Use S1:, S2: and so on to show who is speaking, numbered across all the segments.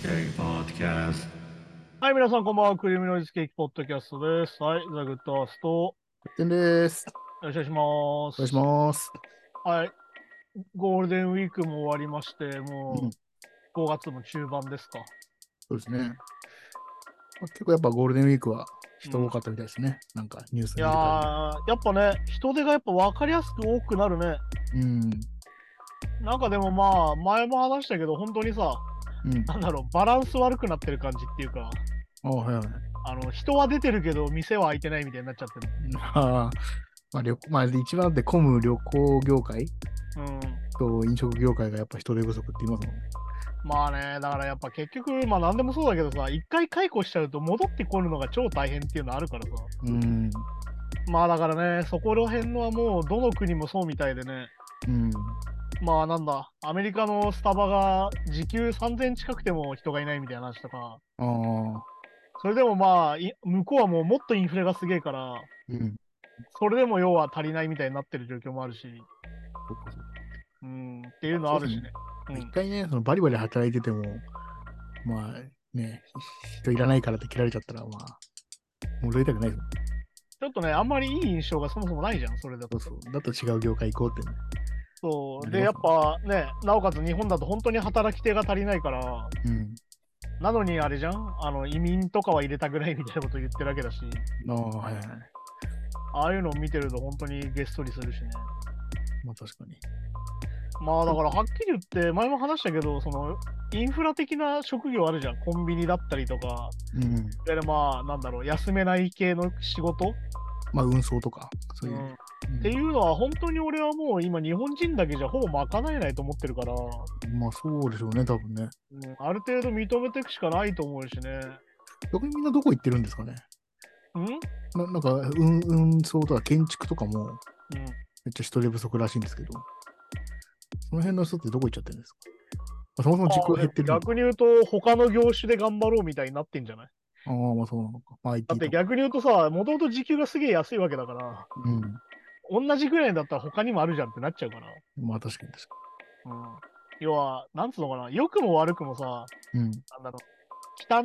S1: Cake Podcast.
S2: はい、皆さんこんばんは。クリームノイズケーキポッドキャストです。はい、ザ・グッドアースト、よ
S3: てんです。
S2: ろしくお
S3: お
S2: 願
S3: 願
S2: い
S3: い
S2: します。
S3: します。
S2: はい、ゴールデンウィークも終わりまして、も
S3: うん
S2: う5月も中盤ですか。
S3: そうですね。まあ結構やっぱゴールデンウィークは人多かったみたいですね。なんかニュー
S2: い
S3: ス見
S2: や
S3: る
S2: ー
S3: か、
S2: やっぱね、人手がやっぱ分かりやすく多くなるね。
S3: りうん。
S2: なんかでもまあ、前も話したけど、本当にさ、
S3: うん。
S2: なんだろう、バランス悪くなってる感じっていうか、
S3: あはいはい。
S2: あの、人は出てるけど、店は開いてないみたいになっちゃってる。
S3: まあ、 まあ、旅まあ、一番で混む旅行業界
S2: うん。
S3: と飲食業界がやっぱ人手不足って言いますもんね。
S2: まあね、だからやっぱ結局、まあ何でもそうだけどさ、一回解雇しちゃうと戻ってこるのが超大変っていうのあるからさ。
S3: うん。
S2: まあだからね、そこら辺のはもうどの国もそうみたいでね、
S3: うん。
S2: まあなんだ、アメリカのスタバが時給3000近くても人がいないみたいな話とか、
S3: ああ。
S2: それでもまあ、い向こうはもうもっとインフレがすげえから、
S3: うん。
S2: それでも要は足りないみたいになってる状況もあるし、
S3: そっかそっか
S2: うん、っていうのあるしね。う
S3: 一
S2: ん、
S3: 回ね、そのバリバリ働いてても、まあね、人いらないからって切られちゃったら、まあ、戻りたくないですもん
S2: ちょっとね、あんまりいい印象がそもそもないじゃん、それだと。
S3: そうそう。だと違う業界行こうってね。
S2: そう。
S3: な
S2: で、や
S3: り
S2: っ
S3: ま
S2: ぱね、なおかつ日本だと本当に働き手が足りないから、
S3: うん。
S2: なのにあれじゃん、あの移民とかは入れたぐらいみたいなこと言ってるわけだし、
S3: ああ、はいはい。
S2: ああいうのを見てると本当にげっそりするしね。
S3: まあ確かに。
S2: まあだからはっきり言って、前も話したけど、そのインフラ的な職業あるじゃん、コンビニだったりとか、
S3: うん。
S2: でまあなんだろう、休めない系の仕事、
S3: まあ運送とか、そうういう。
S2: んっ
S3: うん
S2: ていうのは本当に俺はもう今日本人だけじゃほぼ賄えないと思ってるから、
S3: まあそうでしょうね、多分ね。
S2: うん、ある程度認めていくしかないと思うしね。
S3: 逆にみんなどこ行ってるんですかね。
S2: うん、うん
S3: ななんか運、運送とか建築とかもめっちゃ人手不足らしいんですけど、その辺の人ってどこ行っちゃってるんですか、まあ、そもそも人口減ってるの
S2: あ
S3: あ
S2: でも逆に言うと、他の業種で頑張ろうみたいになってんじゃない
S3: あー、まあそうなのか。まあ IT
S2: だっ
S3: と
S2: て
S3: か。
S2: 逆に言うとさ、もともと時給がすげえ安いわけだから、
S3: うん。
S2: 同じぐらいだったら他にもあるじゃんってなっちゃうから。
S3: まあ確かに確か
S2: うん、要は、なんつうのかな、良くも悪くもさ、
S3: に。
S2: なんだろう、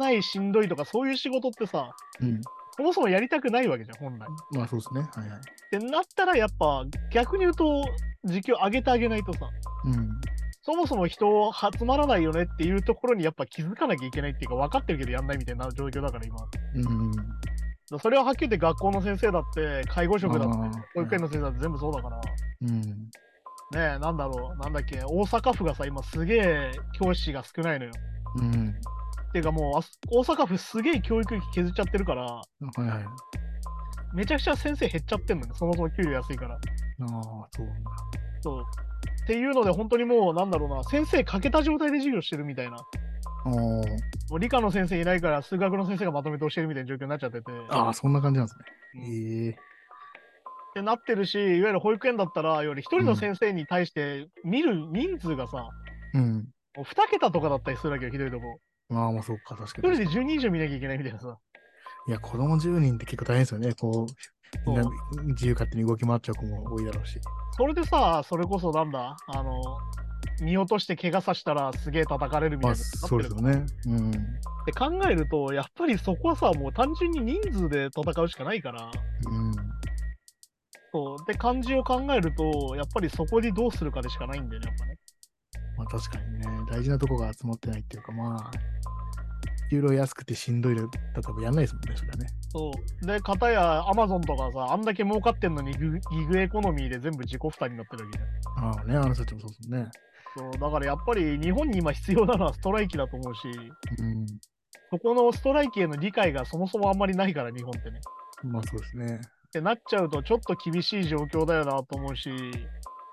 S2: 汚い、しんどいとかそういう仕事ってさ、
S3: うん。うん。
S2: そもそもやりたくないわけじゃん、本来。っ
S3: まあそうですね。はいはい。
S2: てなったら、やっぱ逆に言うと、時給上げてあげないとさ、
S3: うん。
S2: そもそも人集まらないよねっていうところにやっぱ気づかなきゃいけないっていうか、分かってるけどやんないみたいな状況だから、今。だか
S3: うん。
S2: らそれははっきり言って学校の先生だって、介護職だって、保育園の先生だって全部そうだから。
S3: うん。
S2: ねえ、なんだろう、なんだっけ、大阪府がさ、今すげえ教師が少ないのよ。
S3: うん。
S2: っていうかもうあす、大阪府すげえ教育費削っちゃってるから、
S3: はいはい。あ
S2: めちゃくちゃ先生減っちゃってんのね、そもそも給料安いから。
S3: あ、そうなんだ。
S2: そう。っていうので、本当にもう、なんだろうな、先生欠けた状態で授業してるみたいな。
S3: あー
S2: もう理科の先生いないから、数学の先生がまとめて教えるみたいな状況になっちゃってて。
S3: あー、そんな感じなんです
S2: うん
S3: ね。ええ
S2: ってなってるし、いわゆる保育園だったら、より一人
S3: う
S2: の
S3: ん
S2: 先生に対して見る人数がさ、
S3: うん。
S2: もう2桁とかだったりするわけよ、ひどいとこ。
S3: まあまあ、そうか、確か
S2: 一人
S3: に。
S2: で10人以上見なきゃいけないみたいなさ。
S3: いや、子供10人って結構大変ですよね。こう、みんな
S2: そう
S3: 自由勝手に動き回っちゃう子も多いだろうし。
S2: それでさ、それこそなんだ、あの、見落として怪我させたらすげえ叩かれるみた
S3: ま
S2: い
S3: あ、
S2: なこと
S3: そう
S2: に
S3: ですよ
S2: なってる
S3: ね。うん。
S2: って考えると、やっぱりそこはさ、もう単純に人数で戦うしかないから、
S3: うん。
S2: そう。で、漢字を考えると、やっぱりそこにどうするかでしかないんだよね、やっぱね。
S3: まあ、確かにね、大事なとこが集まってないっていうか、まあ、給料安くてしんどいだったら多分やんないですもんね、それはね。
S2: そう。で、片やアマゾンとかさ、あんだけ儲かってんのにギグギグエコノミーで全部自己負担になってるわけじゃん。
S3: ああね、あの人たちもそうですもんね。
S2: そう。だからやっぱり日本に今必要なのはストライキだと思うし、
S3: う
S2: そこのストライキへの理解がそもそもあんまりないから、日本ってね。
S3: ん。まあ、そうですね。
S2: ってなっちゃうとちょっと厳しい状況だよなと思うし
S3: う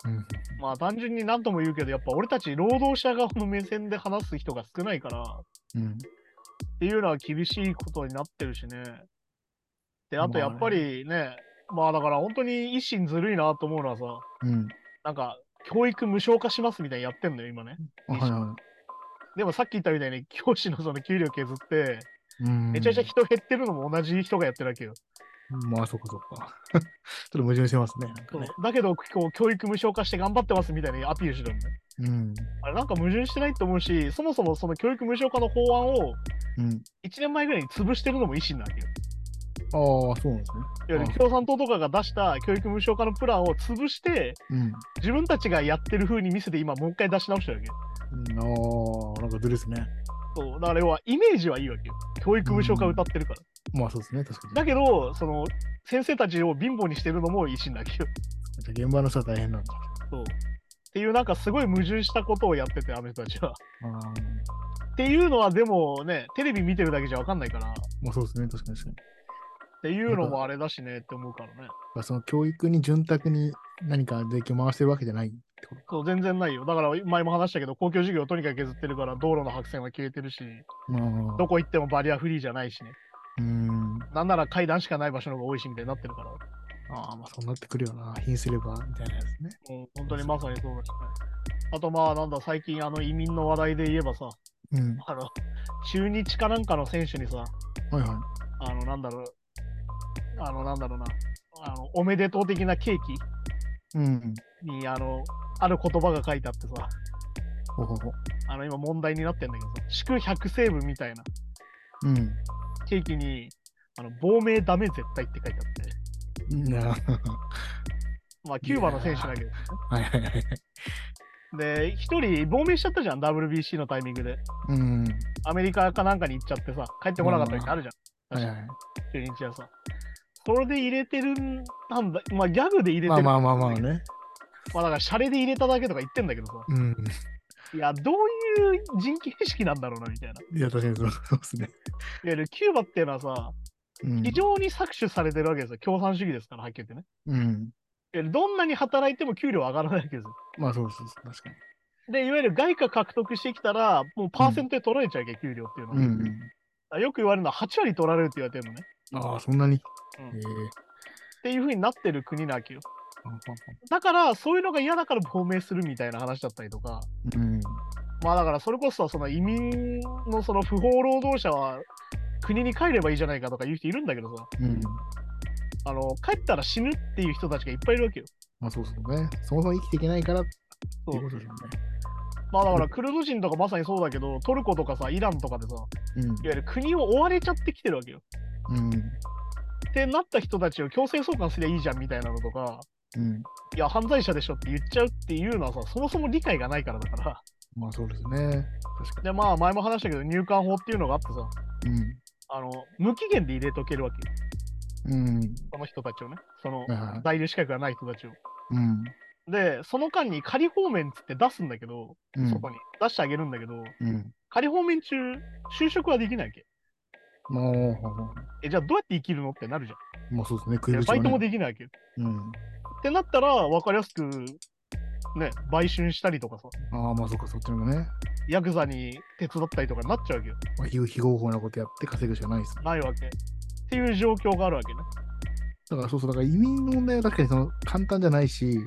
S3: ん。
S2: まあ単純に何とも言うけどやっぱ俺たち労働者側の目線で話す人が少ないからっ
S3: うん。
S2: ていうのは厳しいことになってるしね。であと
S3: ま
S2: や
S3: あね
S2: っぱりねまあだから本当に一心ずるいなと思うのはさ
S3: うん。
S2: なんか教育無償化しますみたいにやってんのよ今ね。
S3: あはいは
S2: でもさっき言ったみたいに教師のその給料削って
S3: い。うん。
S2: めちゃくちゃ人減ってるのも同じ人がやってるわけよ。
S3: まあ、そっかそっか。 ちょっと矛盾してますね。なんかね
S2: そうだけど、こう教育無償化して頑張ってますみたいにアピールしてるんで。
S3: うん。
S2: あれなんか矛盾してないと思うし、そもそもその教育無償化の法案を
S3: うん。
S2: 1年前ぐらいに潰してるのも維新なんだよ。
S3: ああ、そうなんです
S2: い
S3: ね。
S2: わゆる
S3: あ
S2: 共産党とかが出した教育無償化のプランを潰して、
S3: うん。
S2: 自分たちがやってる風に見せて今もう一回出し直してるわけよ。
S3: うんああ、なんかずるいですね。
S2: そうだから要はイメージはいいわけよ。教育無償化歌ってるから。
S3: まあそうですね、確かに。
S2: だけど、その先生たちを貧乏にしてるのも維新なわけよ。
S3: じゃあ現場の人は大変なのか。
S2: そうっていうなんかすごい矛盾したことをやってて、あの人たちは。
S3: ああ、
S2: っていうのはでもね、テレビ見てるだけじゃわかんないから、っ
S3: まあそうですね、確かに確かに。だか
S2: ていうのもあれだしねって思うからね。
S3: らその教育に潤沢に何か税金を回してるわけじゃないってことか。
S2: そう、全然ないよ。だから前も話したけど、公共事業をとにかく削ってるから、道路の白線は消えてるし、
S3: まあ、
S2: どこ行ってもバリアフリーじゃないしね。
S3: うん。
S2: なんなら階段しかない場所の方が多いしみたいになってるから、も
S3: ああ、まあそうなってくるよな。貧すれば、みたいなやつね。
S2: う本当にまさにそうだしね。あとまあなんだ最近あの移民の話題で言えばさ、
S3: うん。
S2: あの中日かなんかの選手にさ、
S3: はいはい。
S2: あのなんだろう、あのなんだろうな、あのおめでとう的なケーキ
S3: うん。
S2: にあのある言葉が書いてあってさ、
S3: ほほほ。
S2: あの今問題になってんだけどさ、祝100セーブみたいな
S3: うん。
S2: ケーキに、あの亡命ダメ絶対って書いてあって、
S3: な
S2: まあキューバの選手だけど、
S3: はいはいはい。
S2: で、一人亡命しちゃったじゃん、WBC のタイミングで。
S3: うん。
S2: アメリカかなんかに行っちゃってさ、帰ってこなかった時あるじゃん。
S3: はい
S2: 確
S3: は
S2: か
S3: い。
S2: 中日はさ。それで入れてるんたんだ、まあギャグで入れてる。
S3: まあまあまあま
S2: ま
S3: あね。
S2: あだから、シャレで入れただけとか言ってんだけどさ、
S3: うん。
S2: いや、どういう人形式なんだろうな、みたいな。い
S3: いや、確かにそうそうですね。
S2: わゆるキューバっていうのはさ、
S3: うん
S2: 非常に搾取されてるわけですよ。共産主義ですから、はっきり言ってね。
S3: うん。
S2: いわゆるどんなに働いても給料上がらないわけですよ。
S3: まあそうそうそう、確かに。
S2: で、いわゆる外貨獲得してきたら、もうパーセントで取られちゃうわけ、給料っていうのは。
S3: うん、
S2: よく言われるのは8割取られるって言われてるのね。
S3: ああ、そんなに。
S2: う
S3: え
S2: ん
S3: え
S2: っていうふうになってる国なわけよ。だから、そういうのが嫌だから亡命するみたいな話だったりとか、
S3: うん。
S2: まあだから、それこそその移民のその不法労働者は国に帰ればいいじゃないかとか言う人いるんだけどさ、
S3: うん。
S2: あの帰ったら死ぬっていう人たちがいっぱいいるわけよ。
S3: まあそうそうね。そもそも生きていけないからっていうことですよ
S2: まあだから、クルド人とかまさにそうだけど、トルコとかさ、イランとかでさ、いわ
S3: ね。
S2: ゆる国を追われちゃってきてるわけよ。
S3: うん。う
S2: っ
S3: ん。
S2: てなった人たちを強制送還すりゃいいじゃんみたいなのとか、
S3: うん。
S2: いや、犯罪者でしょって言っちゃうっていうのはさ、そもそも理解がないからだから。
S3: まあそうですね。確か
S2: で、まあ前も話したけど、入管法っていうのがあってさ、
S3: に。
S2: あの無期限で入れとけるわけよ。
S3: うん。うん。
S2: その人たちをね、その
S3: はいはい。
S2: 在留資格がない人たちを。
S3: うん。
S2: で、その間に仮放免つって出すんだけど、
S3: うん
S2: そこに出してあげるんだけど、
S3: うん。
S2: 仮放免中、就職はできないわけ。
S3: まあ、
S2: え、じゃあどうやって生きるのってなるじゃ
S3: まあそうですね。食
S2: ん。
S3: い
S2: で
S3: 口
S2: バ
S3: が
S2: イトも
S3: ね。
S2: できないわけ。っ
S3: うん。
S2: てなったら、分かりやすく、ね、売春したりとかさ、
S3: ああ、まあそうか、そっちの方がね。
S2: ヤクザに手伝ったりとかになっちゃうわけよ。
S3: まあ、非非合法なことやって稼ぐしかないですね。
S2: ないわけ。っていう状況があるわけね。
S3: だからそうそう、だから移民の問題は確かにその簡単じゃないし、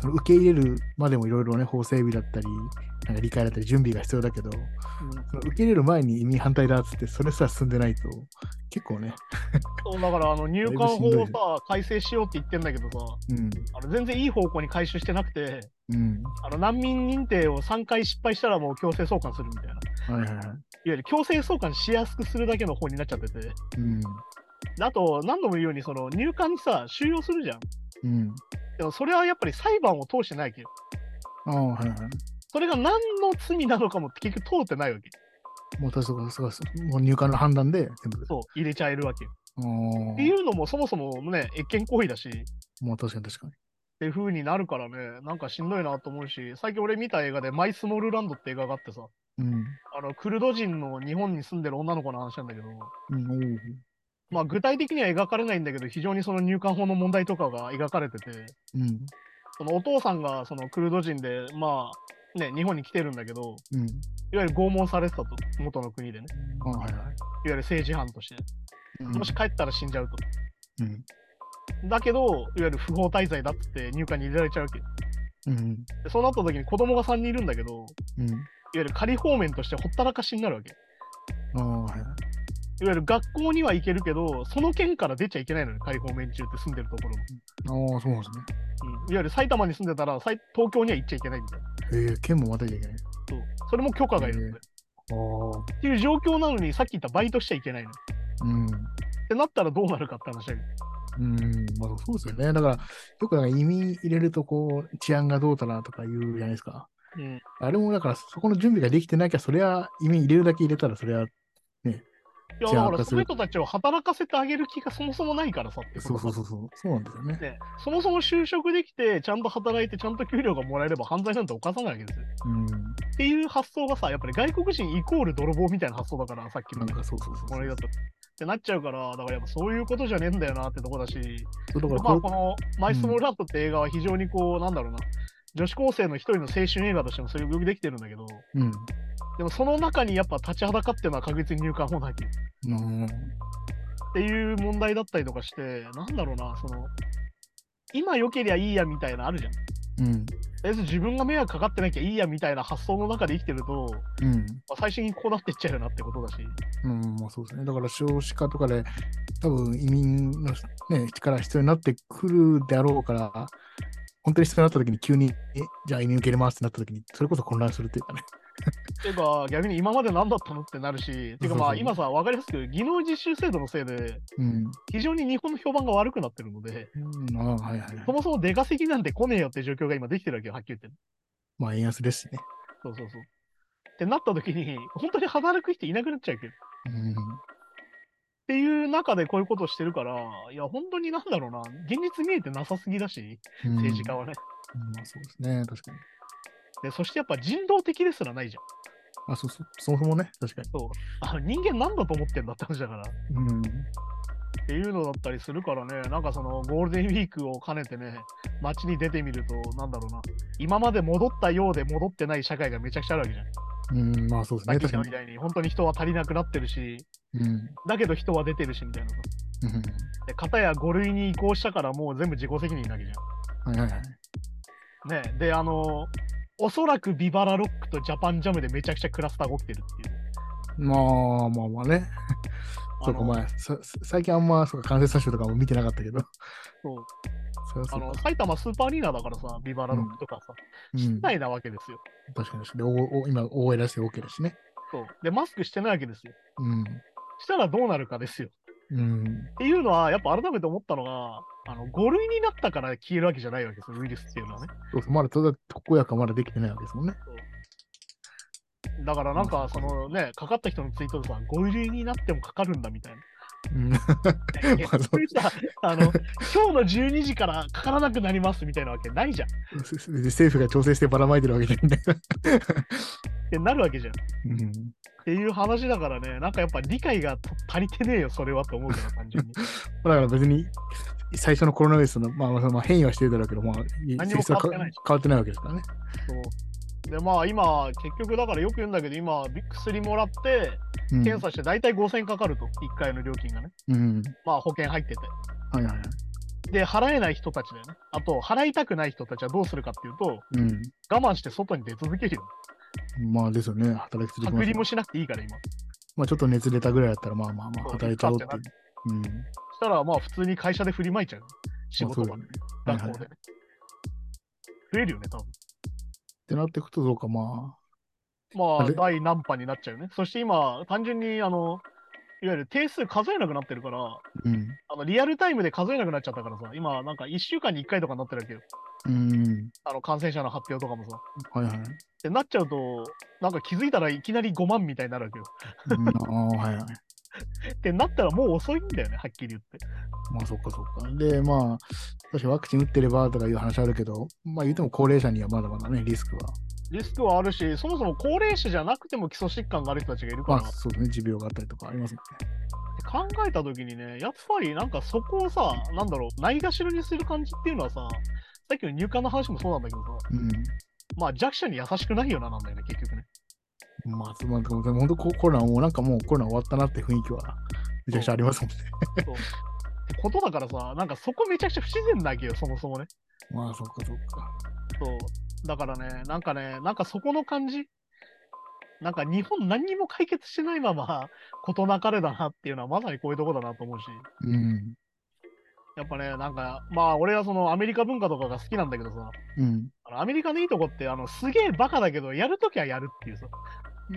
S3: その受け入れるまでもいろいろね、法整備だったり、なんか理解だったり、準備が必要だけど、その受け入れる前に移民反対だっつって、それすら進んでないと、結構ね、
S2: そうだからあの入管法をさ改正しようって言ってんだけどさ
S3: うん、
S2: あの全然いい方向に回収してなくて
S3: うん、
S2: あの難民認定を3回失敗したらもう強制送還するみたいないわ
S3: はいはいはい、
S2: ゆる強制送還しやすくするだけの方になっちゃっててで
S3: うん、
S2: あと何度も言うようにその入管にさ収容するじゃん
S3: うん、
S2: でもそれはやっぱり裁判を通してないわけど
S3: ああ、はいは
S2: それが何の罪なのかも結局通ってないわけ
S3: い。もう確かそうかそうもう入管の判断で全部。
S2: そう入れちゃえるわけ
S3: あ
S2: っていうのもそもそもね越権行為だし
S3: あ、もう確かに確かに。
S2: っていう風になるからねなんかしんどいなと思うし最近俺見た映画で「マイ・スモールランド」って映画があってさ
S3: うん、
S2: あのクルド人の日本に住んでる女の子の話なんだけど、
S3: うん、おー
S2: まあ、具体的には描かれないんだけど非常にその入管法の問題とかが描かれてて
S3: うん、
S2: そのお父さんがそのクルド人でまあね日本に来てるんだけど
S3: うん、
S2: いわゆる拷問されてたと元の国でね
S3: ああ、はいはい。
S2: いわゆる政治犯として
S3: うん
S2: もし帰ったら死んじゃうと、
S3: うん、
S2: だけどいわゆる不法滞在だっつって入管に入れられちゃうわけで
S3: うん、
S2: そうなった時に子供が3人いるんだけどいわ
S3: うん、
S2: ゆる仮放免としてほったらかしになるわけ
S3: ああ、はいはい。
S2: でいわゆる学校には行けるけど、その県から出ちゃいけないのに、解放面中って住んでるところも、
S3: ああ、そうなんです
S2: うん、いわゆる埼玉に住んでたら、埼東京には行っちゃいけないみたいな。
S3: ね。ええ県もまたいじゃいけない。
S2: そうそれも許可がいるんだよ
S3: ああ、
S2: っていう状況なのに、さっき言ったバイトしちゃいけないの。っ
S3: うん。
S2: てなったらどうなるかって話だけど。
S3: うん、まあそうですよね。だから、よくなんか移民入れると、こう、治安がどうたらとか言うじゃないですか。
S2: うん、
S3: あれもだから、そこの準備ができてなきゃ、それは移民入れるだけ入れたら、それは、
S2: いや
S3: じゃ
S2: だか
S3: あ
S2: ら
S3: 赤す
S2: そ
S3: る
S2: の人たちを働かせてあげる気がそもそもないからさって
S3: そうそう
S2: う
S3: そうそう、そうなんですよね。
S2: ね、そもそも就職できてちゃんと働いてちゃんと給料がもらえれば犯罪なんて犯さないわけですよ
S3: う
S2: っ
S3: ん、
S2: ていう発想がさやっぱり外国人イコール泥棒みたいな発想だからさっき
S3: な
S2: の
S3: んかそうそうそう。
S2: これだとってなっちゃうからだからやっぱそういうことじゃねえんだよなってとこだし
S3: そうだから
S2: まあ
S3: こ
S2: この「マイ・スモール・ラット」って映画は非常にこうなんだろうな女子高生の一人の青春映画としてもそれよくできてるんだけど
S3: れ、うん。
S2: でもその中にやっぱ立ちはだかってるのは確実に入管法なわけ
S3: うん
S2: っていう問題だったりとかして、なんだろうな、その、今良けりゃいいやみたいなあるじゃん。
S3: うん。
S2: え自分が迷惑かかってなきゃいいやみたいな発想の中で生きてると、
S3: うん。
S2: まあ、最終的にこうなってっちゃうよなってことだし、
S3: うん、まあそうですね。だから少子化とかで、多分移民の、ね、力が必要になってくるであろうから、本当に必要になった時に急に、え、じゃあ移民受け入れますってなった時に、それこそ混乱するっていうかね。
S2: ていうか逆に今まで何だったのってなるし、ていうかま
S3: そうそうそ
S2: あ
S3: う
S2: 今さ、分かりやすく技能実習制度のせいで、
S3: うん。
S2: 非常に日本の評判が悪くなってるので、
S3: うん、ああ、はいはいはい
S2: そ。もそも出稼ぎなんて来ねえよって状況が今できてるわけよ、はっきり言って。
S3: まあ円安ですしね。
S2: そうそうそう。ってなった時に、本当に働く人いなくなっちゃうけど。
S3: うん。
S2: っていう中でこういうことをしてるから、いや、本当になんだろうな、現実見えてなさすぎだし、
S3: うん
S2: 政治家はね。
S3: うんまあそうですね、確かに。
S2: で、そしてやっぱ人道的ですらないじゃん。
S3: あ、そうそう、そもそもね、確かに。
S2: そう。あ人間なんだと思ってんだって話だから。っ
S3: うん。
S2: ていうのだったりするからね、なんかそのゴールデンウィークを兼ねてね、街に出てみると、なんだろうな、今まで戻ったようで戻ってない社会がめちゃくちゃあるわけじゃん。
S3: うん、まあそうです
S2: さっき
S3: ね、
S2: 言った
S3: 確
S2: み
S3: か
S2: たいに、本当に人は足りなくなってるし、
S3: に。うん。
S2: だけど人は出てるしみたいなさ。
S3: うん
S2: で、片や5類に移行したからもう全部自己責任なわけじゃん。
S3: はいはいはい。
S2: ね、で、あの、おそらくビバラロックとジャパンジャムでめちゃくちゃクラスターが起きてるっていう。
S3: まあまあまあね。そう
S2: あ
S3: か、
S2: の
S3: まあ、さ最近あんま、そうか、感染者数とかも見てなかったけど。
S2: そう
S3: そりゃ
S2: あ
S3: そう
S2: の
S3: か。
S2: 埼玉スーパーアリーナだからさ、ビバラロックとかさ、
S3: うん、
S2: ないなわけですよ。
S3: 確かに確かに。おお今、大江だし、OK だしね。
S2: そうで、マスクしてないわけですよ。
S3: うん。
S2: したらどうなるかですよ。
S3: うん。
S2: っていうのは、やっぱ改めて思ったのが、あの5類になったから消えるわけじゃないわけですよ、ウイルスっていうのはね。
S3: そうそうまだ、ただ、特効薬はまだできてないわけですもんね。
S2: だからなん
S3: うん
S2: か、そのね、かかった人のツイートでさ、5類になってもかかるんだみたいな。
S3: うん。
S2: いや
S3: まあそう
S2: そういうさ、あの、今日の12時からかからなくなりますみたいなわけないじゃん。っ
S3: せせ政府が調整してばらまいてるわけじゃないんだから。
S2: てなるわけじゃん。
S3: うん。
S2: っていう話だからね、なんかやっぱ理解が足りてねえよ、それはと思うから、単 純に。
S3: だから別に、最初のコロナウイルスの、まあ、まあまあ、変異はしてるだろうけど、まあ、
S2: 何も変わってない
S3: 性質は変わってないわけですからね。
S2: そうで、まあ今、結局だからよく言うんだけど、今、び薬もらって、
S3: うん、
S2: 検査して大体5000かかると、1回の料金がね。
S3: うん。
S2: まあ保険入ってて。
S3: はいはいはい。
S2: で、払えない人たちだよね。あと、払いたくない人たちはどうするかっていうと、
S3: うん。
S2: 我慢して外に出続けるよ。
S3: まあですよね、働き続
S2: 隔
S3: けます
S2: 離
S3: よ
S2: もしなくていいから、今。
S3: まあちょっと熱出たぐらいだったら、まあまあま
S2: そ
S3: あ、
S2: う
S3: 働いちゃおうって
S2: いいかって
S3: いう。うん。
S2: そしたら、まあ普通に会社で振りまいちゃう。仕事場
S3: まあ
S2: で、
S3: そうだねはい
S2: 学
S3: はい
S2: 校でね。増えるよね、多分。
S3: ってなっていくと、どうか、ま
S2: ま
S3: あ
S2: あ、
S3: れ
S2: 第何波になっちゃうね。そして今、単純に、あの、いわゆる定数数えなくなってるから、
S3: あ、うん。
S2: あのリアルタイムで数えなくなっちゃったからさ、今、なんか1週間に1回とかになってるわけよ。
S3: うん。
S2: あの感染者の発表とかもさ。
S3: はいはい。
S2: ってなっちゃうと、なんか気づいたらいきなり5万みたいになるわけよ。
S3: うん、ああ、はいはい。
S2: ってなったらもう遅いんだよね、はっきり言って。
S3: まあそっかそっか。で、まあ、確かワクチン打ってればとかいう話あるけど、まあ言うても高齢者にはまだまだね、リスクは。
S2: リスクはあるし、そもそも高齢者じゃなくても基礎疾患がある人たちがいるか
S3: ま
S2: ら、
S3: あそうですね、持病があったりとかありますも
S2: 考えたときにね、やっぱりなんかそこをさ、なんだろう、ないがしろにする感じっていうのはさ、さっきの入管の話もそうなんだけどさ、
S3: んね。
S2: まあ弱者に優しくないよな、なんだよね、結局ね。
S3: うん。まあ、そうなんかでも本当ココロナもなんかもうコロナ終わったなって雰囲気はめちゃくちゃありますもんね。
S2: ってことだからさ、なんかそこめちゃくちゃ不自然なわけよ、そもそもね。
S3: まあそっかそっか。
S2: そう。だからね、なんかね、なんかそこの感じ、なんか日本何にも解決してないまま 事なかれだなっていうのはまさにこういうとこだなと思うし、
S3: うん。
S2: やっぱね、なんか、まあ俺はそのアメリカ文化とかが好きなんだけどさ、
S3: うん。
S2: あのアメリカのいいとこって、あの、すげえバカだけど、やるときはやるっていうさ。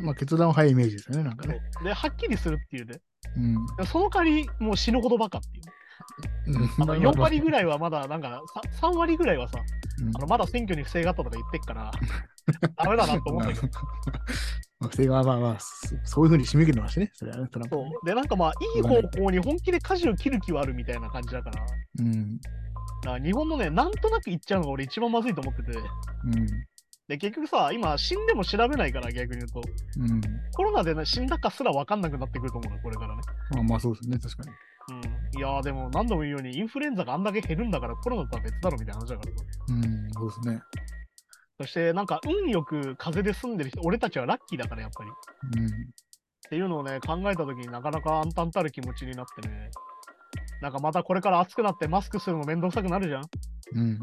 S3: まあ、決断は早いイメージですよね、なんかね。
S2: で、はっきりするっていうね。
S3: うん。
S2: その代わり、もう死ぬほどバカっていう。あの4割ぐらいはまだ、なんかさ3、割ぐらいはさ、
S3: うん
S2: あのまだ選挙に不正があったとか言ってっから、ダメだなと思ったけど。
S3: まあそれ がまあまあ、そそういうふうに締め切るのはしてね、それはね、トランプはね。
S2: そうで、なんかまあ、いい方向に本気で舵を切る気はあるみたいな感じだから、だか
S3: うん。
S2: ら日本のね、なんとなく言っちゃうのが俺一番まずいと思ってて、で、結局さ、今、死んでも調べないから、逆に言うと、
S3: うん。うん。
S2: コロナで、ね、死んだかすら分かんなくなってくると思うの、これからね。
S3: まあまあ、そうですね、確かに。
S2: うん、いやーでも何度も言うようにインフルエンザがあんだけ減るんだからコロナとは別だろみたいな話だからさ
S3: うん、そうですね。
S2: そしてなんか運よく風邪で済んでる人俺たちはラッキーだからやっぱりっ
S3: うん。
S2: ていうのをね考えた時になかなか暗淡たる気持ちになってねなんかまたこれから暑くなってマスクするの面倒くさくなるじゃんっ
S3: うん。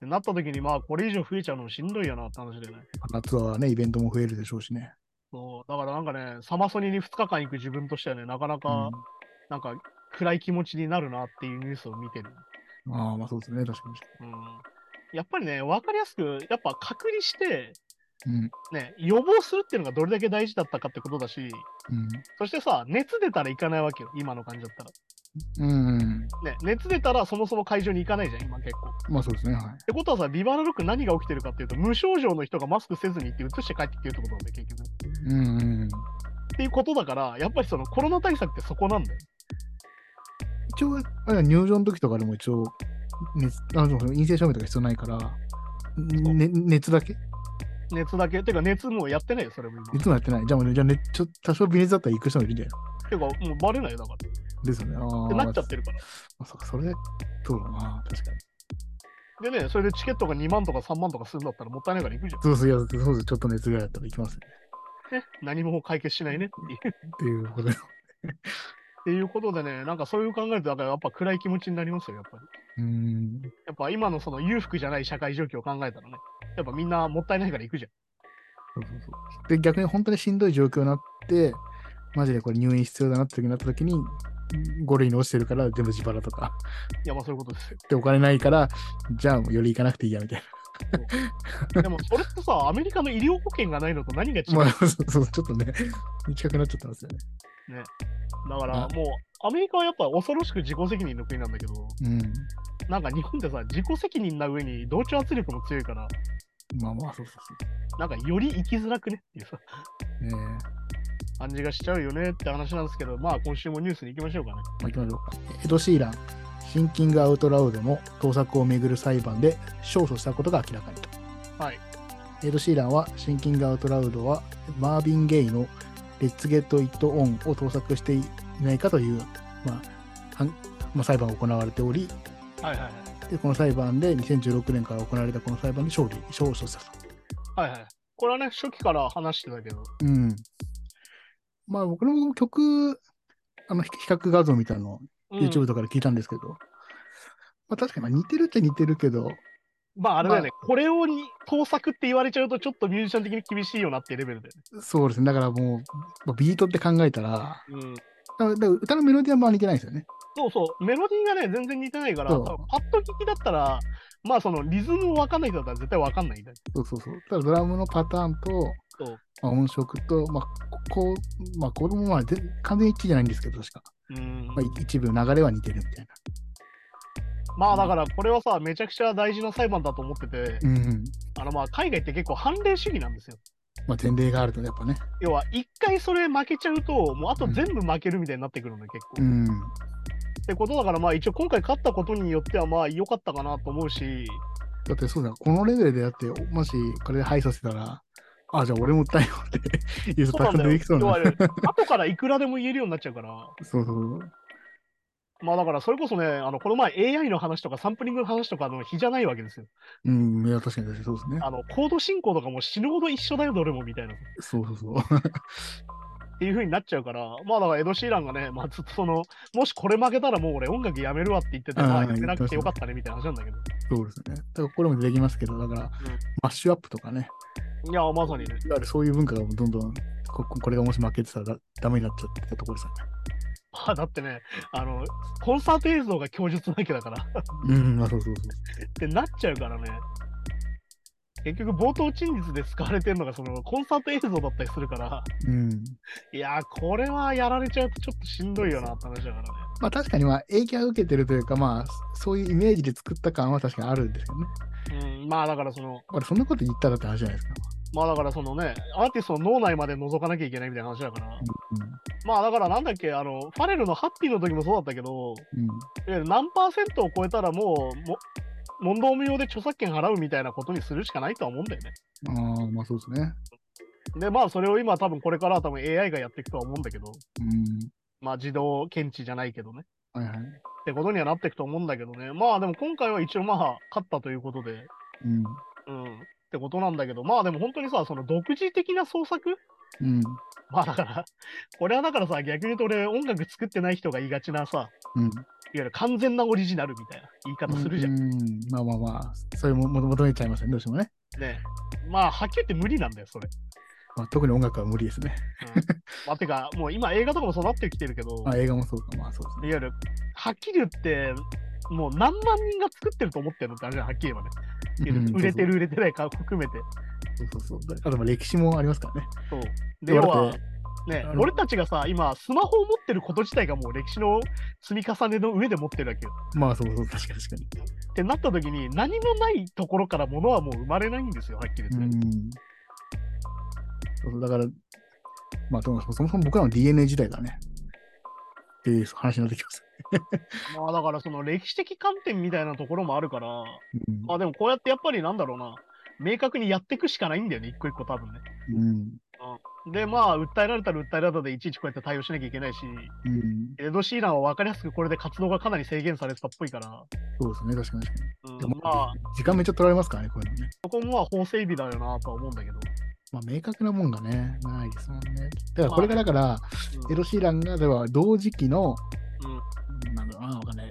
S2: てなった時にまあこれ以上増えちゃうのもしんどいよなって話でね
S3: 夏はね、イベントも増えるでしょうしね。
S2: そうだからなんかねサマソニに2日間行く自分としてはねなかなかなんか暗い気持ちになるなっていうニュースを見てる
S3: うん、ああ、まあそうですね、確か
S2: うんやっぱりね、分かりやすく、やっぱ隔離して、
S3: に。うん。
S2: ね、予防するっていうのがどれだけ大事だったかってことだし、そしてさ、熱出たら行かないわけよ、今の感じだった
S3: うん。うん。
S2: ら。ね、熱出たらそもそも会場に行かないじゃん、今結構。っ
S3: まあそうですね、はい。
S2: てことはさ、ビバラロック何が起きてるかっていうと、無症状の人がマスクせずに行って移して帰ってきてるってことなんだよ、結局。
S3: うん、うん。
S2: っていうことだから、やっぱりそのコロナ対策ってそこなんだよ。
S3: 一応、あれは入場の時とかでも一応、熱あの陰性証明とか必要ないから、ね、熱だけ
S2: 熱だけ。てか熱もうやってないよ、それも
S3: い
S2: 今。
S3: つもやってない。じゃあもう、じゃあ、ね、ちょ多少微熱だったら行く人もいるんじゃな
S2: て
S3: い
S2: かもうバレないよ、だから。っ
S3: ですよね。あ
S2: て
S3: あ。
S2: なっちゃってるから。
S3: まあ、そそれ、そうだな、確かに。
S2: でね、それでチケットが2万とか3万とかするんだったらもったいないから行くじゃん。
S3: そうそう、いや、そうそう、ちょっと熱ぐらいだったら行きますね。
S2: ね、何も解決しないねっていう
S3: っていうことで。
S2: っていうことでね、なんかそういう考えると、だからやっぱ暗い気持ちになりますよ、やっぱり。
S3: うん。
S2: やっぱ今のその裕福じゃない社会状況を考えたらね、やっぱみんなもったいないから行くじゃん。
S3: そうそうそう。で、逆に本当にしんどい状況になって、マジでこれ入院必要だなって時になった時に、5類に落ちてるから全部自腹とか。
S2: いや、まあそういうことですよ。
S3: で、お金ないから、じゃあより行かなくていいやみたい
S2: でもそれってさ、ア メリカの医療保険がないのと何が違う
S3: な。まあ、 そうそう、ちょっとね、 近くなっちゃったんですよね。
S2: だからもう、アメリカはやっぱ恐ろしく自己責任の国なんだけど、
S3: うん。
S2: なんか日本ってさ、自己責任な上に同調圧力も強いから、
S3: まあまあ、そうそうそ
S2: なんかより生きづらくねっていうさ、
S3: う。ねえ。
S2: 感じがしちゃうよねって話なんですけど、まあ今週もニュースに行きましょうかね。
S3: まあ、行きましょうか。エド・シーラン、シンキング・アウト・ラウドの盗作をめぐる裁判で勝訴したことが明らかに。
S2: はい。
S3: エド・シーランは、シンキング・アウト・ラウドは、マービン・ゲイのレッツ・ゲット・イット・オンを盗作していないかという、まあ、はんまあ、裁判が行われており、
S2: はいはい
S3: でこの裁判で2016年から行われたこの裁判で勝利、勝訴したと。
S2: はい。はいはい。これはね、初期から話してたけど、
S3: うん。まあ、僕の曲、あの、比比較画像みたいなのを
S2: うん
S3: YouTube とかで聞いたんですけど、まあ確かにまあ似てるっちゃ似てるけど、
S2: まああれだよね、これをに盗作って言われちゃうと、ちょっとミュージシャン的に厳しいよなっていうレベルだよ
S3: そうですね。だからもう、まあビートって考えたら、
S2: ね。うん、
S3: だからだから歌のメロディアも似てないんですよね。
S2: そうそう、メロディーがね、全然似てないから、
S3: そう
S2: 多分パッと聞きだったら、まあそのリズムを分かんない人だったら絶対分かんないんだよ
S3: そうそうそう。ただドラムのパターンと
S2: そう、
S3: まあ、音色と、まあ、ここう、まあ、これもまあ全完全に一致じゃないんですけど、確か。
S2: うん
S3: まあ、い一部流れは似てるみたい
S2: まあだからこれはさ、めちゃくちゃ大事な裁判だと思ってて、
S3: な。うん。
S2: あのまあ海外って結構判例主義なんですよ。
S3: まあ、前例があるとね、やっぱね。
S2: 要は一回それ負けちゃうと、もうあと全部負けるみたいになってくるので結構。っ
S3: うん。
S2: てことだからまあ一応今回勝ったことによってはまあ良かったかなと思うし、
S3: だってそうだ、このレベルでだって、もしこれで敗訴してたら、あ、じゃあ俺も訴えようって言うと、たくさん出てきそう
S2: 要は
S3: な。
S2: ね後からいくらでも言えるようになっちゃうから。
S3: そうそう。
S2: まあだからそれこそね、あのこの前 AI の話とかサンプリングの話とかの比じゃないわけですよ。
S3: うん、いや、確かに確かにそうですね。
S2: あのコード進行とかも死ぬほど一緒だよ、どれもみたいな。っ
S3: そうそうそう。
S2: ていう風になっちゃうから、まあだからエド・シーランがね、まあずっとその、もしこれ負けたらもう俺音楽やめるわって言ってて、
S3: うん
S2: まあやめなくてよかったねみたいな話なんだけど。
S3: そうですね。だからこれも出てきますけど、だから、マッシュアップとかね、
S2: いや、まさにね。
S3: いわゆるそういう文化がどんどんここれがもし負けてたらだダメになっちゃってたところですよね。
S2: まあ、だってね、あの、コンサート映像が供述なわけだから、っ
S3: うん、まあそうそうそう。
S2: てなっちゃうからね。結局、冒頭陳述で使われてるのが、その、コンサート映像だったりするから、
S3: うん。
S2: いやー、これはやられちゃうとちょっとしんどいよなって話だからね。
S3: まあ確かにまあ影響を受けてるというかまあそういうイメージで作った感は確かにあるんですよね。
S2: うん、まあだからその、
S3: これそんなこと言ったらって話じゃないですか。
S2: まあだからそのね、アーティストの脳内まで覗かなきゃいけないみたいな話だから、
S3: う
S2: まあだからなんだっけ、あの、ファレルのハッピーの時もそうだったけど、
S3: ん。うん。
S2: いわゆる何パーセントを超えたらもう、も問答無用で著作権払うみたいなことにするしかないとは思うんだよね。
S3: ああ、まあそうですね。
S2: で、まあそれを今多分これからは多分 AI がやっていくとは思うんだけど、
S3: うん。
S2: まあ自動検知じゃないけどね。
S3: はいはい。
S2: ってことにはなっていくと思うんだけどね。まあでも今回は一応まあ勝ったということで、
S3: うん。
S2: うん、ってことなんだけど、まあでも本当にさ、その独自的な創作
S3: うん。
S2: まあだから、これはだからさ、逆に言うと俺、音楽作ってない人が言いがちなさ、いわ
S3: うん。
S2: ゆる完全なオリジナルみたいな言い方するじゃん。
S3: うん。まあまあまあ、それも求めちゃいますね、どうしてもね。
S2: ねまあ、はっきり言って無理なんだよ、それ。
S3: まあ、特に音楽は無理ですね。
S2: うん、まあ、てか、もう今映画とかもそうなってきてるけど、
S3: まあ
S2: い、
S3: 映画もそうか、まあそうですね。
S2: わゆる、はっきり言って、もう何万人が作ってると思ってるのってあれじゃん、はっきり言えばね。いわゆる売れてる、売れてないか含めて。
S3: そうそうそうそう。あとまあ歴史もありますからね。
S2: そう。で、
S3: 言
S2: 要
S3: わ
S2: は
S3: れて、
S2: ね
S3: あ、の
S2: 俺たちがさ、今、スマホを持ってること自体がもう歴史の積み重ねの上で持ってるわけよ。
S3: まあそうそう、確かに確かに。
S2: ってなった時に何もないところから物はもう生まれないんですよはっきり言って、
S3: うん。そうそうだから、まあ、でもそもそも僕らの DNA 自体がね、っていう話になってきます。
S2: まあだからその歴史的観点みたいなところもあるから
S3: うん
S2: まあでもこうやってやっぱりなんだろうな明確にやっていくしかないんだよね一個一個多分ね
S3: うん。
S2: でまあ訴えられたら訴えられたでいちいちこうやって対応しなきゃいけないし
S3: うん。
S2: エド・シーランは分かりやすくこれで活動がかなり制限されてたっぽいから、
S3: そうですね、確かに確かに。
S2: うん
S3: でも
S2: まあ
S3: 時間めっちゃ取られますからね、こういうのね。
S2: そこもまあ法整備だよなとは思うんだけど、
S3: まあ、明確なもんがね、ないですもんね。だから、これがだから、
S2: うん
S3: エド・シーランが、では同時期の、
S2: うん
S3: なんだろうな、わかんない。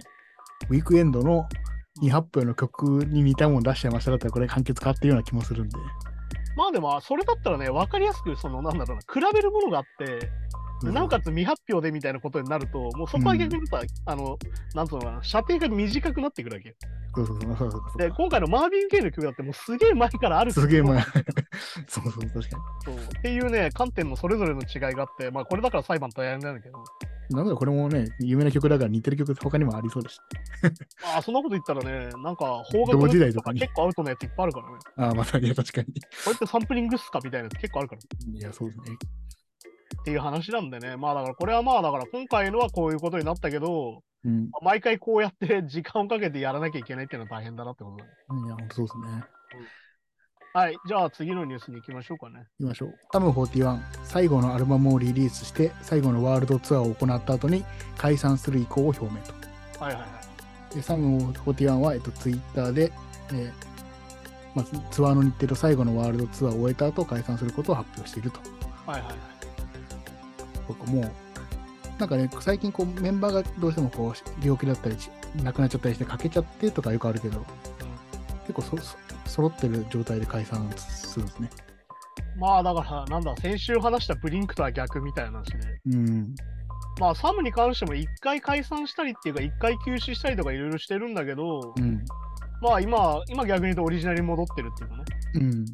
S3: ウィークエンドの未発表の曲に似たもん出しちゃいましただったら、これ完結変わってるような気もするんで。
S2: まあでもそれだったらね分かりやすくそのなんだろうな比べるものがあってなおかつ未発表でみたいなことになると、もうそこは逆にさ、あの、なんつうのかな、射程が短くなってくるわけよ。
S3: そうそうそうそうそうそう
S2: で、今回のマービン・ゲイの曲だって、もうすげえ前からある
S3: すげえ前。
S2: 曲
S3: そうそう、確かに。
S2: そうっていうね、観点のそれぞれの違いがあって、まあこれだから裁判とはやんないんだけど、
S3: なんだこれもね、有名な曲だから似てる曲他にもありそうです。
S2: まあそんなこと言ったらね、なんか方
S3: 同
S2: 角
S3: 時
S2: のや
S3: 代
S2: つ
S3: と
S2: と
S3: か
S2: か
S3: に
S2: 結構アウトのやついっぱいあるからね。
S3: ああ、まさに、いや確か
S2: これってサンプリングっすかみたいなやつ結構あるから
S3: に。いや、そうですね。
S2: っていう話なんでね、まあだからこれはまあだから今回のはこういうことになったけど、
S3: うん。
S2: 毎回こうやって時間をかけてやらなきゃいけないっていうのは大変だなってことだね。
S3: いや、ほんとそうですね。
S2: はい、じゃあ次のニュースに行きましょうかね。
S3: 行きましょう。タム41、最後のアルバムをリリースして、最後のワールドツアーを行った後に解散する意向を表明と。
S2: はいはいはい。
S3: で、サム41は、えっと、ツイッターで、えーまあ、ツアーの日程と最後のワールドツアーを終えた後、解散することを発表していると。
S2: はいはいはい。
S3: 僕もうなんかね最近こうメンバーがどうしてもこう病気だったりし亡くなっちゃったりして欠けちゃってとかよくあるけど、結構そそ揃ってる状態で解散するんですね
S2: まあだから、なんだ、先週話したブリンクとは逆みたいな話ね。
S3: うん
S2: まあサムに関しても1回解散したりっていうか、1回休止したりとかいろいろしてるんだけど、
S3: うん
S2: まあ今、今逆に言うとオリジナルに戻ってるっていうかね、
S3: うん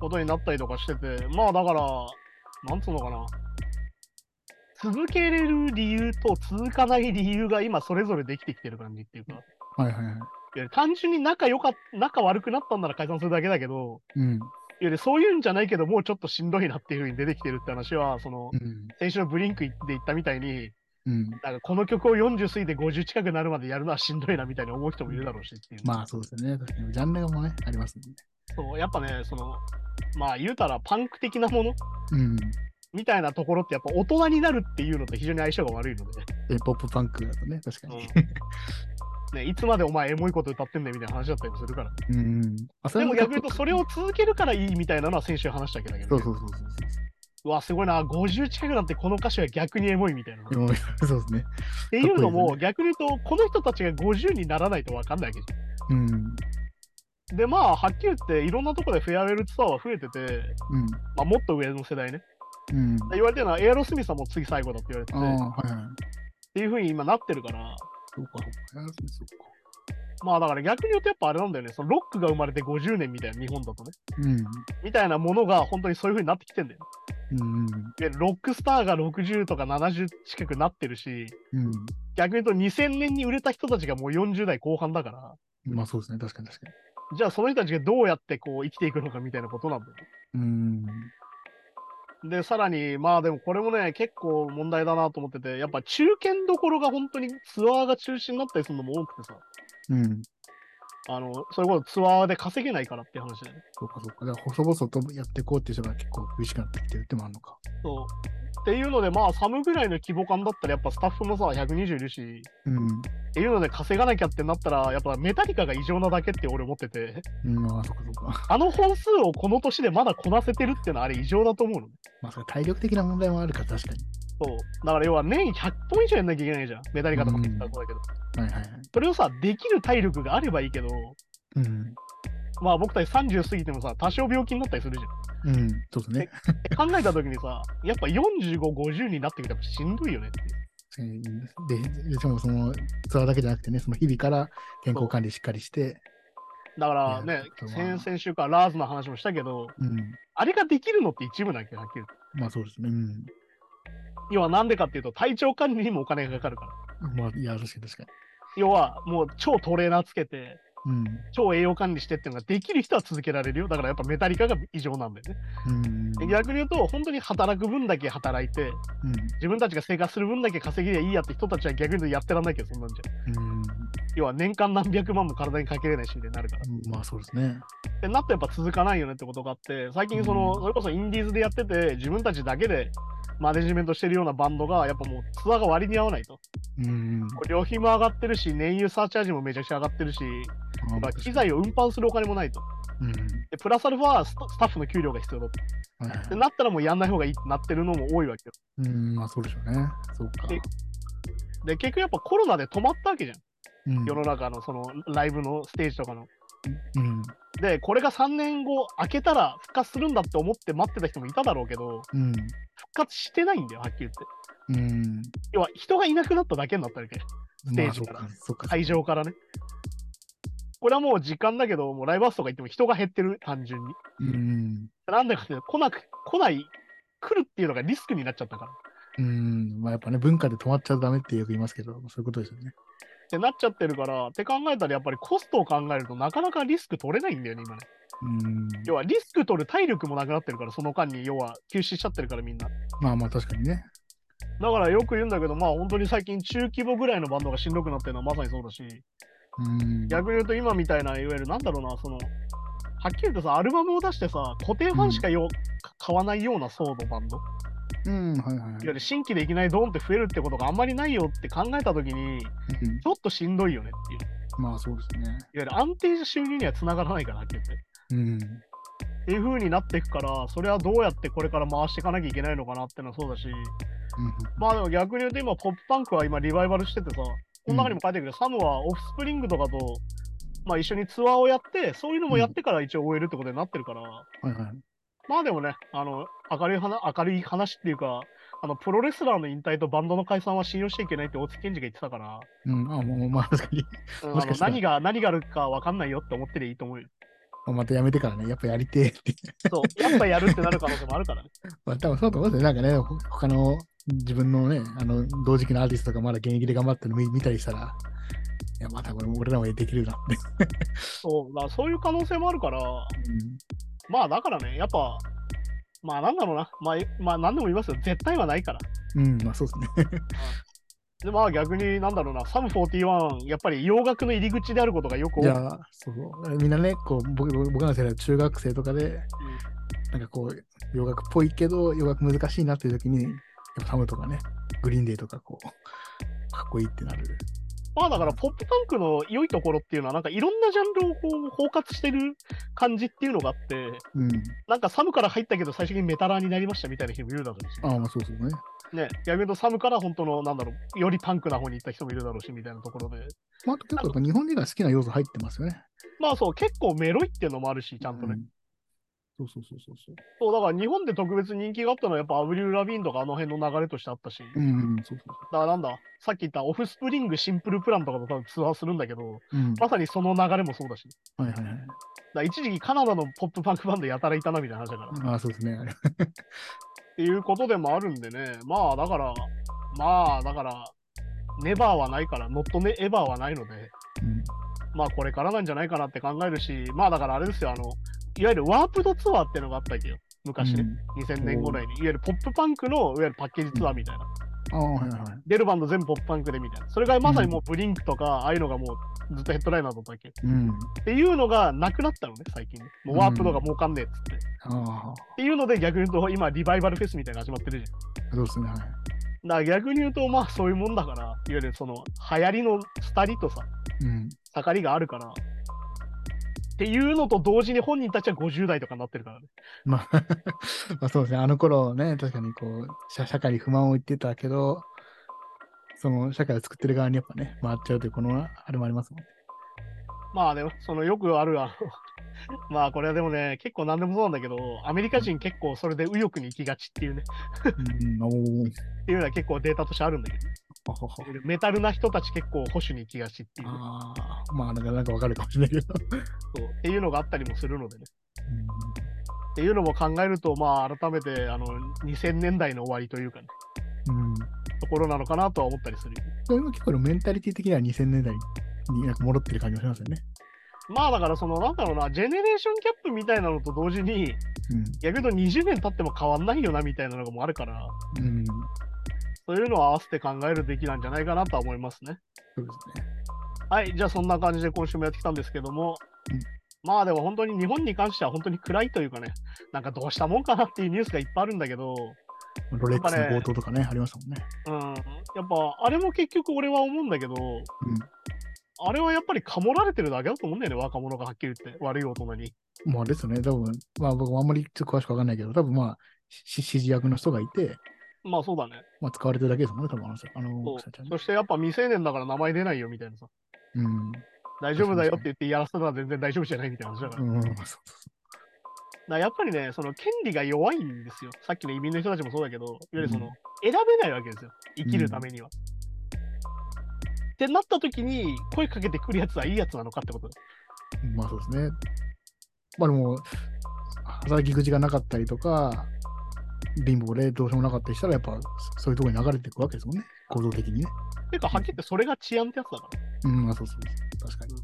S2: ことになったりとかしてて、まあだから、なんつうのかな。続けれる理由と続かない理由が今それぞれできてきてる感じっていうか、いわ
S3: はいはいはい
S2: ゆる単純に仲良かっ仲悪くなったんなら解散するだけだけど、
S3: うん
S2: いわゆるそういうんじゃないけど、もうちょっとしんどいなっていうふうに出てきてるって話は、その、
S3: うん
S2: 先週のブリンクで言ったみたいに、
S3: うん
S2: なんかこの曲を40過ぎて50近くなるまでやるのはしんどいなみたいに思う人もいるだろうしっていう。
S3: まあそうですよね確かにジャンルもねありますもんね
S2: そうやっぱね、その、まあ言うたらパンク的なもの
S3: うん
S2: みたいなところってやっぱ大人になるっていうのと非常に相性が悪いの で、
S3: でポップパンクだとね確かに
S2: ね、いつまでお前エモいこと歌ってんねんみたいな話だったりもするから。
S3: うん、うん、あそ
S2: でも逆に言
S3: に
S2: うとそれを続けるからいいみたいなのは先週話したけどね、
S3: そうそうそうそう
S2: うわ、すごいな、50近くなってこの歌詞は逆にエモいみたいな。っ
S3: でもそうですね
S2: ていうの
S3: か
S2: も
S3: っ
S2: 逆に言うとこの人たちが50にならないと分かんないわけじゃん
S3: うん
S2: でまあはっきり言っていろんなところでフェアウェルツアーは増えてて、
S3: うん
S2: まあ、もっと上の世代ね
S3: うん。
S2: 言われてるのはエアロスミスはもう次最後だって言われて
S3: あ
S2: て、
S3: あ、
S2: っ
S3: はいはい。
S2: ていうふうに今なってるから、
S3: そうか、そうか。そうか。
S2: まあだから逆に言うとやっぱあれなんだよね、そのロックが生まれて50年みたいな日本だとね、
S3: うん。
S2: みたいなものが本当にそういうふうになってきてんだよ。
S3: うん。
S2: でロックスターが60とか70近くなってるし、
S3: うん。
S2: 逆に言うと2000年に売れた人たちがもう40代後半だから、
S3: まあそうですね、確かに確か
S2: じゃあその人たちがどうやってこう生きていくのかみたいなことなんだよ。
S3: に。うん。
S2: で、さらに、まあでもこれもね、堅構問題だなと思ってて、やっぱ中堅どころが本当にツアーが中心になったりするのも多くてさ、
S3: うん。
S2: あの、それこそツアーで稼げないからって話だよね。
S3: そうか、そうか。だから細々とやっていこうっていう人が結構苦しくなってきてるってもあるのか。
S2: そう。っていうので、まあ、サムぐらいの規模感だったら、やっぱスタッフもさ、120いるし、
S3: うん。
S2: っていうので稼がなきゃってなったら、やっぱメタリカが異常なだけって俺思ってて、
S3: うん、まあ、そっかそっか。
S2: あの本数をこの年でまだこなせてるっていうのはあれ異常だと思うのね。
S3: まあ、それ体力的な問題もあるから、確かに。
S2: そう。だから要は年100本以上やんなきゃいけないじゃん。メタリカとか結構そうだけど。
S3: はいはいはい。
S2: それをさ、できる体力があればいいけど、
S3: うん。
S2: まあ僕たち30過ぎてもさ、多少病気になったりするじゃん。
S3: うん。そうですね。
S2: で考えた時にさ、やっぱ45、50になってきたらしんどいよねっていう。
S3: で、しかもそのツアーだけじゃなくてね、その日々から健康管理しっかりして、
S2: だからね
S3: いや、
S2: 先々週からラーズの話もしたけど、
S3: うん。
S2: あれができるのって一部なきゃはっきり言って。
S3: まあそうですね。うん。
S2: 要はなんでかっていうと、体調管理にもお金がかかるから。
S3: まあ、いや、確かに確か
S2: 要はもう超トレーナーつけて、
S3: に。
S2: 超栄養管理してっていうのができる人は続けられるよ。だからやっぱメタリカが異常なんだよね。
S3: うん。うん。
S2: で逆に言うと、本当に働く分だけ働いて、自分たちが生活する分だけ稼ぎりゃいいやって人たちは逆に言うとやってらんないけど、そんなんじゃ。
S3: うん。
S2: 要は年間何百万も体にかけれないしみたいになるから。
S3: うん。まあそうですね。
S2: ってなってやっぱ続かないよねってことがあって、最近その、
S3: うん
S2: それこそインディーズでやってて、自分たちだけでマネジメントしてるようなバンドが、やっぱもうツアーが割に合わないと。
S3: うん。
S2: 旅費も上がってるし、燃油サーチャージもめちゃくちゃ上がってるし、
S3: あ
S2: まあ機材を運搬するお金もないと。
S3: うん。
S2: で、プラスアルファスタスタッフの給料が必要だと。
S3: はいはい
S2: ってなったらもうやんない方がいいってなってるのも多いわけよ。
S3: うん。まあそうでしょうね。そうか。
S2: でで、結局やっぱコロナで止まったわけじゃん。
S3: うん
S2: 世の中のそのライブのステージとかの。
S3: うん。
S2: で、これが3年後開けたら復活するんだって思って待ってた人もいただろうけど、
S3: うん。
S2: 復活してないんだよ、はっきり言って。
S3: うん。
S2: 要は人がいなくなっただけになったわけ。テ
S3: ま
S2: ー
S3: あ
S2: ジ
S3: そう
S2: から
S3: か。そうか。
S2: 会場からね。これはもう時間だけど、もうライブハウスとか行っても人が減ってる、単純に。
S3: うん。
S2: なんでかっていうと来なく、来ない、来るっていうのがリスクになっちゃったから。っ
S3: うん。まあやっぱね、文化で止まっちゃダメってよく言いますけど、そういうことですよね。
S2: てなっちゃってるから、って考えたらやっぱりコストを考えるとなかなかリスク取れないんだよね、今ね。
S3: うん。
S2: 要はリスク取る体力もなくなってるから、その間に要は休止しちゃってるからみんな。
S3: まあまあ確かにね。
S2: だからよく言うんだけど、まあ本当に最近中規模ぐらいのバンドがしんどくなってるのはまさにそうだし、
S3: うん。
S2: 逆に言うと今みたいないわゆるなんだろうなそのはっきり言ってさアルバムを出してさ固定ファンしかよ、か買わないような層のバンドいわ
S3: うん。はいはいはい。
S2: ゆる新規でいきなりドーンって増えるってことがあんまりないよって考えた時にち
S3: うん
S2: ょっとしんどいよねっていういわ
S3: まあそうですね。
S2: ゆる安定した収入にはつながらないからはっきり言って。
S3: うん。
S2: っていう風になっていくから、それはどうやってこれから回していかなきゃいけないのかなってのはそうだし、まあでも逆に言うと今、ポップパンクは今リバイバルしててさ、この中にも書いてあるけど、サムはオフスプリングとかと、まあ一緒にツアーをやって、そういうのもやってから一応終えるってことになってるから、
S3: うん。はいはい。
S2: まあでもね、あの、明るい話、明るい話っていうか、あの、プロレスラーの引退とバンドの解散は信用しちゃいけないって大津健二が言ってたから、
S3: うん。あ、もうまあ確かに。
S2: うん
S3: も
S2: あ
S3: しか
S2: の
S3: したら
S2: 何が、何があるか分かんないよって思ってりゃいいと思 うよ。
S3: またやめてからね、やっぱやりてえって。
S2: そう、やっぱやるってなる可能性もあるからね。
S3: まあ多分そうだと思うんですよ。なんかね、ほ他の自分のね、あの、同時期のアーティストがまだ現役で頑張ってるの見見たりしたら、いや、またこれも俺らもできるなって。
S2: そう、だからそういう可能性もあるから、まあだからね、やっぱ、まあなんだろうな、まあ、まあ何でも言いますよ、絶対はないから。
S3: うん、うんまあそうですね。
S2: で、まあ逆になんだろうな、サム41、やっぱり洋楽の入り口であることがよく多い
S3: じゃあ、そう、みんなね、こう、僕僕らの世代は中学生とかで、なんかこう、洋楽っぽいけど、洋楽難しいなっていう時に、やっぱサムとかね、グリーンデーとかこう、かっこいいってなる。
S2: まあだから、ポップパンクの良いところっていうのは、なんかいろんなジャンルをこう包括してる感じっていうのがあって、
S3: うん。
S2: なんかサムから入ったけど、最終的にメタラーになりましたみたいな人もいるだろうし、
S3: ああ、まあそうですよね。
S2: ね、逆に言うとサムから本当の、なんだろう、よりパンクな方に行った人もいるだろうし、みたいなところで、
S3: まあ、あと結構やっぱ日本人が好きな要素入ってますよね。
S2: まあそう、結構メロいっていうのもあるし、ちゃんとね。
S3: うんそうそうそうそうそう。
S2: そう、だから日本で特別人気があったのはやっぱアブリル・ラビーンとかあの辺の流れとしてあったし、だ
S3: うん、うん、そうそう
S2: からなんだ、さっき言ったオフスプリングシンプルプランとかと多分ツアーするんだけど、
S3: そう。うん。
S2: まさにその流れもそうだし、だ
S3: はいはいはい。
S2: から一時期カナダのポップパンクバンドやたらいたなみたいな話だから、っ
S3: ああ、そうですね。あれ
S2: ていうことでもあるんでね、まあだから、まあだから、ネバーはないから、ノットネエバーはないので、
S3: うん。
S2: まあこれからなんじゃないかなって考えるし、まあだからあれですよ、あの、いわゆるワープドツアーっていうのがあったわけど、昔ね、2000年ぐらいに、いわゆるポップパンクのいわゆるパッケージツアーみたいな、
S3: うん。ああ、はいはいはい。
S2: 出るバンド全部ポップパンクでみたいな、それがまさにもうブリンクとか、ああいうのがもうずっとヘッドライナーだったわけ。
S3: うん。
S2: っていうのがなくなったのね、最近ね。もうワープドが儲かんねえっつって。っ
S3: あ
S2: ていうので逆に言うと、今リバイバルフェスみたいなの始まってるじゃん。
S3: あ、そうですね。はい。
S2: だから逆に言うと、まあそういうもんだから、いわゆるその流行りの廃りとさ、
S3: うん。
S2: 盛りがあるから。っていうのと同時に本人たちは50代とかになってるからね。
S3: まあ、 まあそうですね。あの頃ね、確かにこう、社社会に不満を言ってたけど、その社会を作ってる側にやっぱね、回っちゃうという、この、あれもありますもんね。
S2: まあでも、その よくあるあのまあこれはでもね、結構何でもそうなんだけど、アメリカ人結構それで右翼に行きがちっていうね、
S3: うん、おー
S2: っていうのは結構データとしてあるんだけど、
S3: ははは
S2: メタルな人たち結構保守に行きがちっていう,、
S3: ああ、まあなんか、なんかわかるかもしれないけど。
S2: そうっていうのがあったりもするのでね。っていうのも考えると、まあ改めてあの2000年代の終わりというかね、
S3: うん。うん、で
S2: ところなのかなとは思ったりするよ。
S3: も今結構メンタリティ的には2000年代になんか戻ってる感じがしますよね。
S2: まあだからそのなんだろうな、ジェネレーションギャップみたいなのと同時に、逆に言うと20年経っても変わんないよなみたいなのがもうあるから、
S3: うん。うん。
S2: そういうのを合わせて考えるべきなんじゃないかなとは思いますね。
S3: そうですね。
S2: はい、じゃあそんな感じで今週もやってきたんですけども、
S3: うん
S2: まあでも本当に日本に関しては本当に暗いというかね、なんかどうしたもんかなっていうニュースがいっぱいあるんだけど、
S3: ロレックスの強盗とかね、ありましたもん
S2: うん、
S3: ね。
S2: やっぱあれも結局俺は思うんだけど、あれはやっぱりかもられてるだけだと思うんだよね、若者がはっきり言って、悪い大人に。
S3: まあですよね、多分まあ僕もあんまりちょっと詳しくわかんないけど、多分まあ、し指示役の人がいて、
S2: まあそうだね。
S3: まあ、使われてるだけですもんね、多分あの人あの
S2: そう
S3: 奥さんちゃんね
S2: そしてやっぱ未成年だから名前出ないよみたいなさ、
S3: うん。
S2: 大丈夫だよって言ってやらせたら全然大丈夫じゃないみたいな話だから。
S3: うん、そうそうそ
S2: だからやっぱりね、その権利が弱いんですよ。さっきの移民の人たちもそうだけど、いわゆるその、
S3: うん
S2: 選べないわけですよ。生きるためには。ってなった時に、声かけてくるやつはいいやつなのかってことです。
S3: う。まあそうですね。まあでも、働き口がなかったりとか、貧乏でどうしようもなかったりしたら、やっぱそそういうところに流れていくわけですもんね、構造的にね。
S2: てか、はっきり言ってそれが治安ってやつだから。っ
S3: うん、まあそうそうそう。確かに。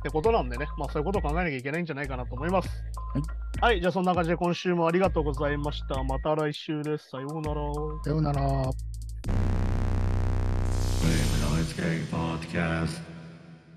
S2: てことなんでね、まあそういうことを考えなきゃいけないんじゃないかなと思います。
S3: はい
S2: はい、じゃあそんな感じで今週もありがとうございました。また来週です。さようなら。
S3: さようなら。
S1: Blame the Lionsgate Podcast.